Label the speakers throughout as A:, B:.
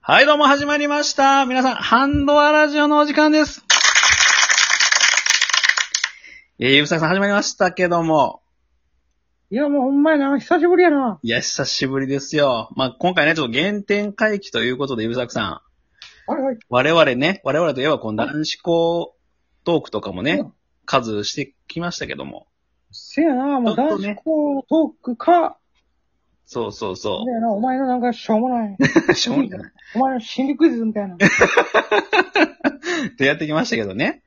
A: はい、どうも始まりました。皆さん、ハンドアラジオのお時間です。えー、ゆうさぎさん始まりましたけども、
B: いや、もうほんまやな。久しぶりやな。
A: いや、久しぶりですよ。まあ、今回ね、ちょっと原点回帰ということで、ゆうさぎさん、
B: はいはい。
A: 我々ね、我々といえば、この男子校トークとかもね、
B: うん
A: 数してきましたけども、
B: せやな、もう
A: ちょっ
B: 男
A: とね
B: 子校トークか。
A: そうそう
B: せ
A: そ
B: やな、お前のなんかしょうも ない。
A: う、しょうもない。
B: お前の心理クイズみたいな。ち
A: ってやってきましたけどね。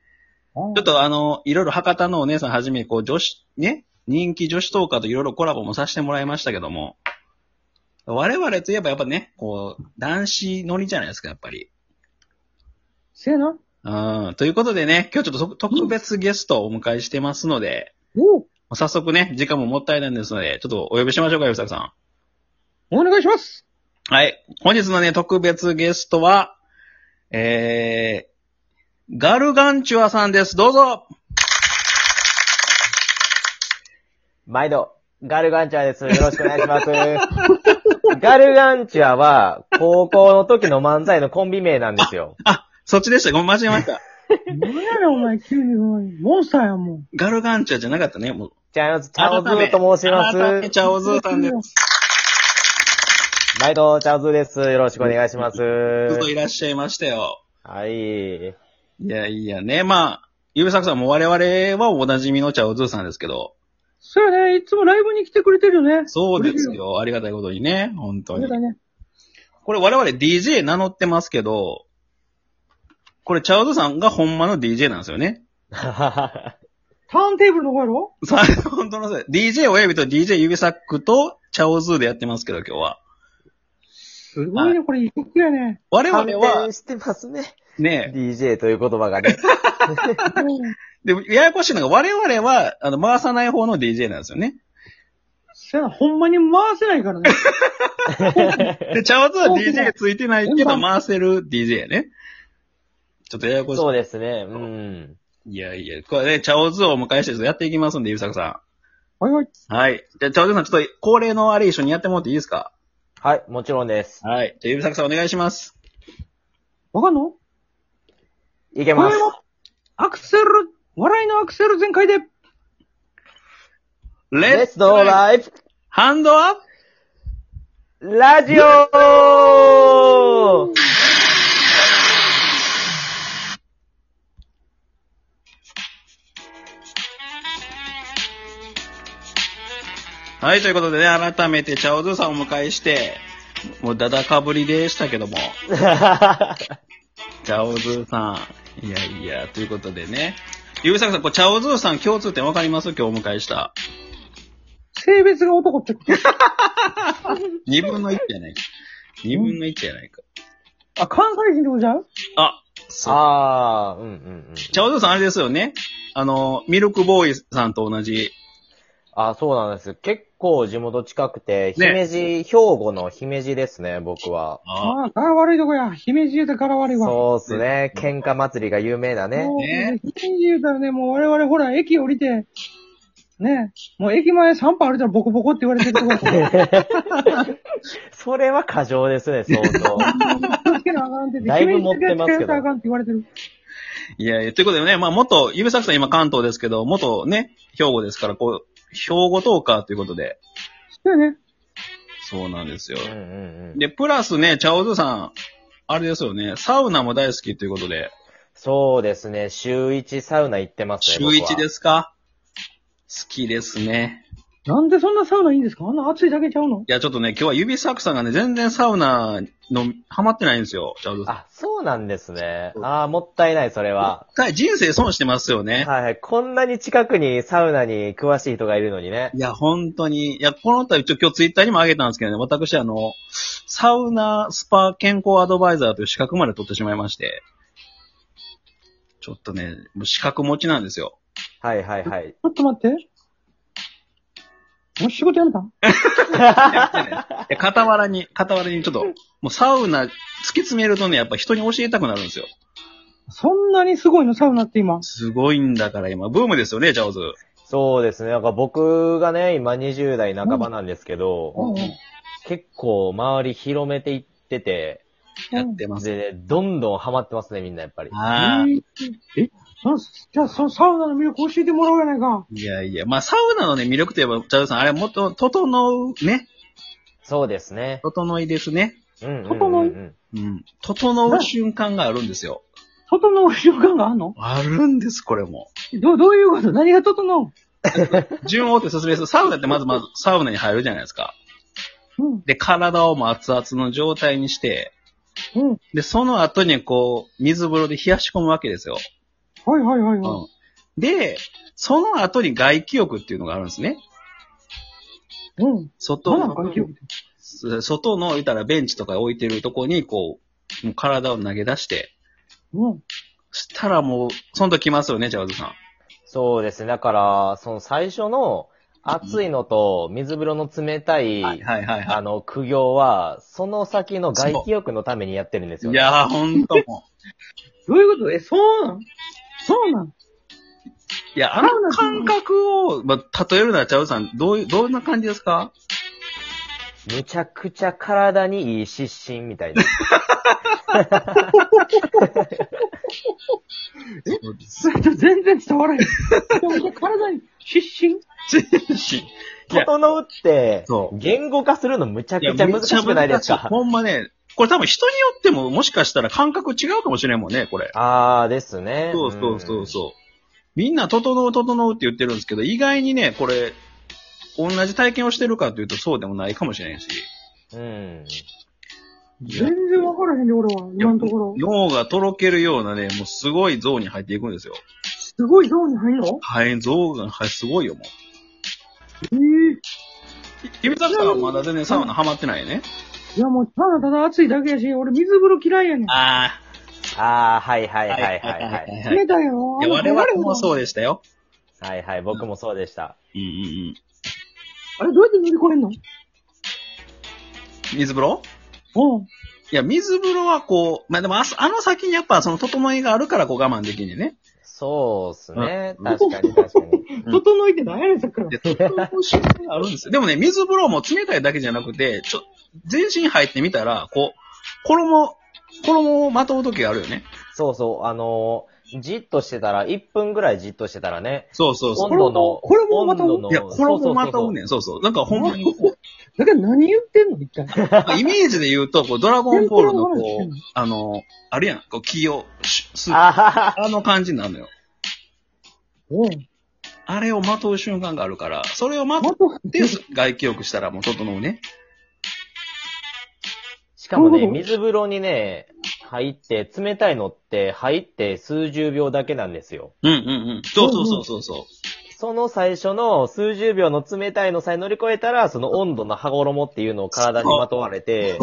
B: ょ
A: ちょっ。とあの、いろいろ博多のお姉さんはじめ、こう、女子、ね、人気女子トーカーといろいろコラボもさせてもらいましたけども、我々といえばやっぱね、こう、男子乗りじゃないですか、やっぱり。
B: せやな。
A: うん。ということでね、今日ちょっとそ特別ゲストをお迎えしてますので、
B: おう
A: もう早速ね、時間ももったいないですので、ちょっとお呼びしましょうか、吉崎さ
B: お願い します。
A: ん。はい。本日のね、特別ゲストは、えー、ガルガンチュアさんです。どうぞ
C: 毎度、ガルガンチュアです。よろしくお願いします。ガルガンチュアは、高校の時の漫才のコンビ名なんですよ。
A: あ、そっちでした。ごめん、間違えました。
B: 何やねん、お前、急に。お前モンスターやん、もう。
A: ガルガンチュアじゃなかったね、もう。
C: チャオズ、チャオズーと申しま
A: 改め
C: す。
A: チャオズーさんです。
C: 毎度、チャオズーです。よろしくお願いします。
A: ずっといらっしゃいましたよ。
C: はい。
A: いやいやね、まあ、ゆべさくさんも我々はおなじみのチャオズーさんですけど、
B: そうやね、いつもライブに来てくれてるよね。
A: そうですよ。ありがたいことにね、本当
B: そう
A: に。
B: だね。
A: これ我々 DJ 名乗ってますけど、これチャオズーさんがほんまの DJ なんですよね。
B: ターンテーブルの方やろ
A: さあ、本当のそう DJ 親指と DJ 指サックとチャオズーでやってますけど、今日は。
B: すごいね、これ異国 やね。
A: 我々
C: 反
A: は
C: 転、してますね。
A: ね、
C: DJ という言葉がね。
B: うん
A: で、ややこしいのが我々は、あの、回さない方の DJ なんですよね。
B: せやな、ほんまに回せないからね。
A: で、茶髪は DJ ついてないけど回せる DJ やね。ちょっとややこしい
C: そうですね。うん。。
A: いやいや、これね、茶髪をお迎えしてちょっとやっていきますんで、ゆうさくさ
B: はいはい。
A: ん。はい。じゃあ、茶髪さん、ちょっと恒例のあれ一緒にやってもらっていいですか
C: はい、もちろんです。
A: はい。じゃあ、ゆうさくさんお願いします。
B: わかんの
C: いけ
B: こ
C: ます
B: れ。は、アクセル、笑いのアクセル全開で、
A: レッ
C: レッ
A: ツ
C: ツ
A: ド
C: ド
A: ラ
C: ライブ
A: ハンドアップ
C: ラジオ
A: はい、ということでね、改めて茶ズさんをお迎えして、もうダダかぶりでしたけども、茶ズさん。いやいや、ということでね。ゆうさくさん、これ茶ズさん共通点わかります今日お迎えした。
B: 性別が男ってこと。
A: 二分の一じゃないか。二分の一じゃないか。
B: あ、関西人ってことじゃん
A: あ、 そう。
C: ああ、うんうんうん。
A: チャオズさんあれですよね。あの、ミルクボーイさんと同じ。
C: あそうなんです。結構地元近くて、
A: ね
C: 姫路、兵庫の姫路ですね、僕は。
A: あ
B: ああ、柄悪いとこや。姫路言うたら柄悪いわ。
C: そうっすね。喧嘩祭りが有名だね。
B: もう
A: ね
B: 姫路言うたらね、もう我々ほら、駅降りて、ね、もう駅前3歩歩いたらボコボコって言われてると こ
C: それは過剰ですね、相当。
B: 気をつけなあかんって言って、
C: だいぶ持ってますけ
B: 姫路だけ気をつけ
C: ど
B: なあかんって言われてる。
A: いやいや、ということでね、まあ元、ゆべさくさん今関東ですけど、元ね、兵庫ですから、こう、兵庫トーカーということで。
B: そうやね。
A: そうなんですよ。
C: うんうんうん、
A: で、プラスね、チャオズさん、あれですよね、サウナも大好きということで、
C: そうですね。週一サウナ行ってますね。。
A: 週一ですすか好きですね。
B: なんでそんなサウナいいんですかあんな暑いだけちゃうの
A: いや、ちょっとね、今日は指サクさんがね、全然サウナの、ハマってないんですよ、チャオズさん。
C: あ、そうなんですね。ああ、もったいない、それは。
A: 一回人生損してますよね。
C: はいはい。こんなに近くにサウナに詳しい人がいるのにね。
A: いや、本当に。いや、この度、ちょ、今日ツイッターにも上げたんですけどね、私、あの、サウナスパ健康アドバイザーという資格まで取ってしまいまして、ちょっとね、もう資格持ちなんですよ。
C: はいはいは
B: ち
C: い。
B: ょっと待って。もう仕事やめたん
A: いや傍らに、傍らにちょっと、もうサウナ突き詰めるとね、やっぱ人に教えたくなるんですよ。
B: そんなにすごいの、サウナって今。
A: すごいんだから今、ブームですよね、ジャオズ。
C: そうですね。なんか僕がね、今20代半ばなんですけど、
B: うんうん
C: 結構周り広めていってて、
A: やってます。
C: でね、どんどんハマってますね、みんなやっぱり。
A: は
B: え
A: い。
B: ーえそじゃあ、そのサウナの魅力教えてもらおうやないか。
A: いやいや、まあ、サウナのね、魅力といえば、チャウさん、あれはもっと、整う、ね。
C: そうですね。
A: 整いですね。
C: うんう
B: こ
C: ん
B: こ
C: うん
B: も
C: うん。
A: うん。整う瞬間があるんですよ。
B: 整う習慣があんの
A: あるんです、これも。
B: どう、どういうこと何が整う
A: 順を追って進めする。サウナってまずまずサウナに入るじゃないですか。
B: うん、
A: で、体をもう熱々の状態にして、
B: うん。
A: で、その後にこう、水風呂で冷やし込むわけですよ。
B: はいはいはいうは
A: ん。で、その後に外気浴っていうのがあるんですね。
B: い。うん。
A: 外
B: どうなん
A: の
B: か、記憶って
A: 外の、言ったらベンチとか置いてるとこに、こう、もう体を投げ出して、
B: うん。
A: したらもう、その時来ますよね、ジャワズさん。
C: そうですね。だから、その最初の暑いのと水風呂の冷たい、
A: はいはいはいは
C: あの、苦行は、その先の外気浴のためにやってるんで
A: い。
C: すよ、
A: い
C: ね。
A: やー、ほんとも
B: どういうことえ、そうなんそうなん
A: う。いや、あの感覚を、まあ、例えるなら、ジャワズさん、どういう、どんな感じですか
C: むちゃくちゃ体にいい湿疹みたいな。
B: それと全然伝わ らへん。でもじゃあ体に湿疹
A: いや
C: 整うって
A: そ、う
C: 言語化するのむちゃ
A: いや
C: くちゃ難しくないです
A: めっちゃ難しい
C: か
A: ほんまね、これ多分人によってももしかしたら感覚違うかもしれんもんね、これ。
C: あーですね。
A: そうそうそう
C: うん。
A: そう。みんな整う整うって言ってるんですけど、意外にね、これ、同じ体験をしてるかというとそうでもないかもしれんし。
C: うん。
B: 全然わからへんで、俺は。今のところ。
A: 脳がとろけるようなね、もうすごいゾーンに入っていくんですよ。
B: すごいゾーンに入んの
A: はい、ゾーンが、はい、すごいよ、もう。
B: ええ
A: ゆびたさんはまだ全然サウナハマってないよね。
B: いや、もう、ただただ暑いだけやし、俺水風呂嫌いやねん。
A: あ
C: あー、はいはい
A: あ
C: はいはいはい。
A: い
B: 冷たいよ。
A: いや、我々もそう
B: う。
A: でしたよ。
C: はいはい、僕もそうでした。
A: うんうんうん。
B: あれ、どうやって乗り越えんの
A: 水風呂
B: うん。
A: いや、水風呂はこう、まあ、でもあそ、あの先にやっぱその整いがあるからこう我慢できんねん ね。
C: そうっすね。
A: うん
C: 確かに確かに。
A: う ん
B: 整えてないやねん、さっきから。
A: で、整う瞬間があるんですよ。でもね、水風呂も冷たいだけじゃなくて、ちょ、全身入ってみたら、こう、衣、衣をまとう時があるよね。
C: そうそう、あのーじっとしてたら、1分ぐらいじっとしてたらね、
A: そうそうそ
C: 温度の、
B: これもこれもまた
C: 温度の
A: う。いや、衣をまとう
C: そうそうそう
A: ねん。そうそう。なんかほんまにこう、
B: だけど何言ってんの一 体。
A: まあイメージで言うと、こう、ドラゴンボールの
B: 全然
A: こ
B: わからん
A: う、あの、あるやん、こう、気を、しす、あ
C: あはは
A: の感じになるのよ。
B: おう。
A: あれをまとう瞬間があるから、それをまと
B: ま、
A: ったて、外気浴したらもう整うね。
C: しかも
B: どうい
C: ね、
B: うこと
C: 水風呂にね、入って、冷たいのって、入って数十秒だけなんですよ。
A: うんうんうん。そうそうそうそうそう。
C: その最初の数十秒の冷たいのさえ乗り越えたら、その温度の羽衣っていうのを体にまとわれて、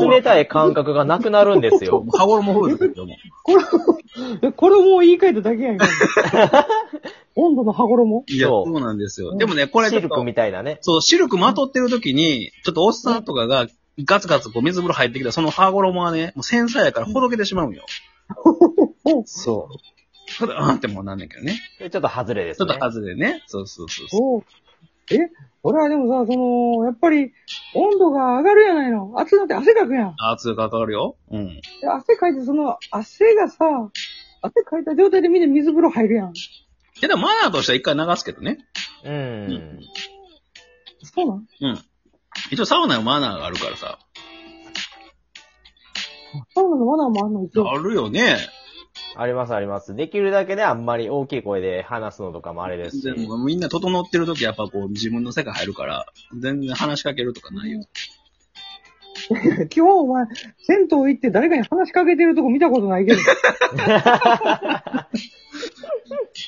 C: 冷たい感覚がなくなるんですよ。
A: 羽衣もフードも。
B: これ、これもう言い換えただけや んか。温度の羽衣
A: いや、
C: そ
A: そううなんですよ。でもね、 これち
C: シ
A: ょっ
C: ルク
A: と、
C: みたいなね。
A: そう、シルクまとってる時に、ちょっとおっさんとかが、ガツガツこう水風呂入ってきたら、その羽衣はね、もう繊細やからほどけてしまうんよ。
B: お
A: そう。ただ、あーってもうなんだけどね。
C: でちょっと外れで
A: ち
C: す
A: ょっと
C: ね。
A: 外れね。そうそうそうそう。
B: おうえ俺はでもさ、その、やっぱり、温度が上がるやないの。暑くなって汗かくやん。
A: 圧がかかるよ。うん。
B: で汗かいて、その、汗がさ、汗かいた状態でみんな水風呂入るやん。
A: いや、でもマナーとしては一回流すけどね。
C: うん。
B: そうなん
A: うん。一応サウナのマナーがあるからさ。
B: サウナのマナーもあんの一応。
A: あるよね。
C: ありますあります。できるだけね、あんまり大きい声で話すのとかもあれです
A: で
C: し。
A: もみんな整ってる時やっぱこう自分の世界入るから、全然話しかけるとかないよ。
B: 基本お前、銭湯行って誰かに話しかけてるとこ見たことないけど、そ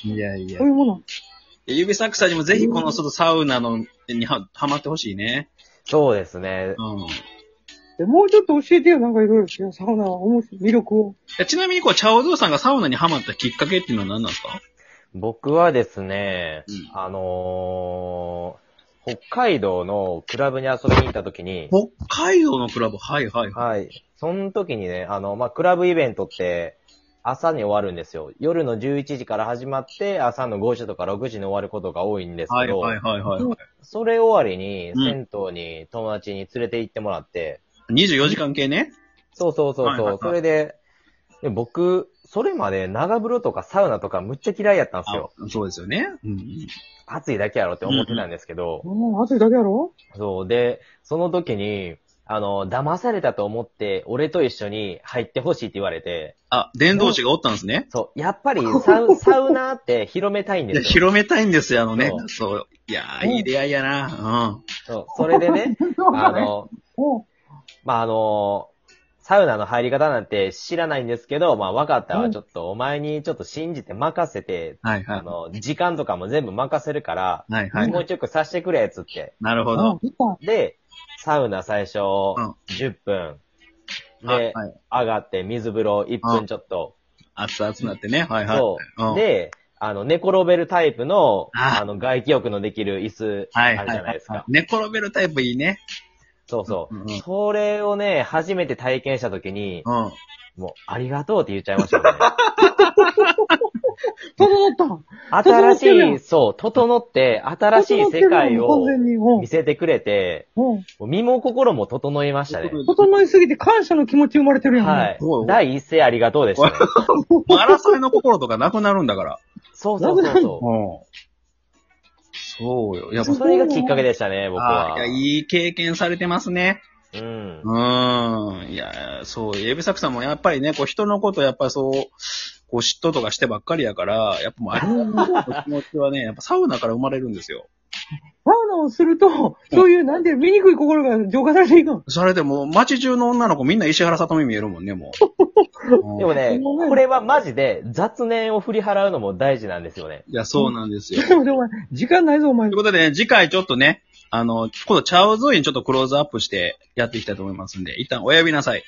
A: いやいや
B: ういうもの。
A: 指サックさんにもぜひこのちょっとサウナのにははまってほしいね。
C: そうですね。
A: うんい
B: でもうちょっと教えてよ、なんかいろいろ。サウナは面白い魅力を。
A: や。ちなみにこう、チャオズーさんがサウナにハマったきっかけっていうのは何なんですか
C: 僕はですね、
A: うん
C: あのー北海道のクラブに遊びに行った時に、
A: 北海道のクラブ、はいはいはい。
C: はい。その時にね、あの、まあ、クラブイベントって、朝に終わるんですよ。夜の11時から始まって、朝の5時とか6時に終わることが多いんです
A: は
C: け
A: い
C: ど、
A: はいはいはい。
C: それ終わりに、
A: うん
C: 銭湯に友達に連れて行ってもらって、
A: 24時間系ね。
C: そうそうそう
A: はいはい
C: そ。
A: はいう
C: それで、で僕、それまで長風呂とかサウナとかむっちゃ嫌いやったんですよ。
A: あそうですよね。うん。
C: 暑いだけやろって思ってたんですけど、
B: もう暑いだけやろ
C: そう。で、その時に、あの、騙されたと思って、俺と一緒に入ってほしいって言われて、
A: あ、伝道師がおったんですね。
C: そう、やっ ぱりサウサウナーって広めたいん
A: い
C: で
A: や、
C: すよ。
A: 広めたいんですよ、あのね
C: そ。う
A: そう。いやー、いい出会いやな。
C: そうそれで ね、あの、
B: おう
C: まあ、あの、サウナの入り方なんて知らないんですけど、まあ、分かった
B: う
C: わ。
B: ん
C: ちょっとお前にちょっと信じて任せて、
A: うん。はいは
C: あ
A: い。
C: の、時間とかも全部任せるから、
A: はいはい
C: も。う一曲させてくれ、つって。
A: なるほ
B: あ
A: ど。
B: 来た
C: で、サウナ最初、
A: ん
C: 10分。
A: あは
C: で
A: い、。
C: 上がって水風呂1分ちょっと。
A: 熱々なってね。はいはい。
C: そ
A: うん
C: う。で、あの、寝転べるタイプの、
A: あ
C: あの、外気浴のできる椅子、あ
A: は
C: る
A: い
C: じ
A: はい
C: ゃないです
A: はい
C: か。。
A: 寝転べるタイプいいね。
C: そうそう
A: うんうん
C: う。それをね、初めて体験したときに、
A: うん。
C: もう、ありがとうって言っちゃいましたね。
B: 整った
C: 新
B: 整っ
C: し
B: てるやん
C: い、そう、整って、新しい世界
B: 整
C: を
B: ってるやん完全に。おう
C: 見せてくれて、
B: おう
C: もう身も心も整いましたね。
B: 整いすぎて感謝の気持ち生まれてるやん。
C: はい
A: そう。
C: 第一声ありがとうでしたね。
A: もう争いの心とかなくなるんだから。
C: そうそうそうそ
A: うん。そうよ。やっ
C: う。
A: ぱ、
C: それがきっかけでしたね、僕
A: あ
C: は
A: ー。いや、いい経験されてますね。
C: うん。
A: うーん。いや、そう、エビサクさんもやっぱりね、こう人のことやっぱそう、こう嫉妬とかしてばっかりやから、やっぱもうあれの気持ちはね、やっぱサウナから生まれるんですよ。
B: サウナをすると、そういう、なんて、醜い心が浄化されていくの。
A: それでもう街中の女の子みんな石原さとみ見えるもんね、もう。
C: でもね、
B: ごめん
C: これはマジで雑念を振り払うのも大事なんですよね。
A: うん。いや、そうなんですよ。
B: ちょっと待って、お前、時間ないぞ、お前
A: という。ことでね、次回ちょっとね、あの、今度チャオズイにちょっとクローズアップしてやっていきたいと思いますんで、一旦おやびなさい。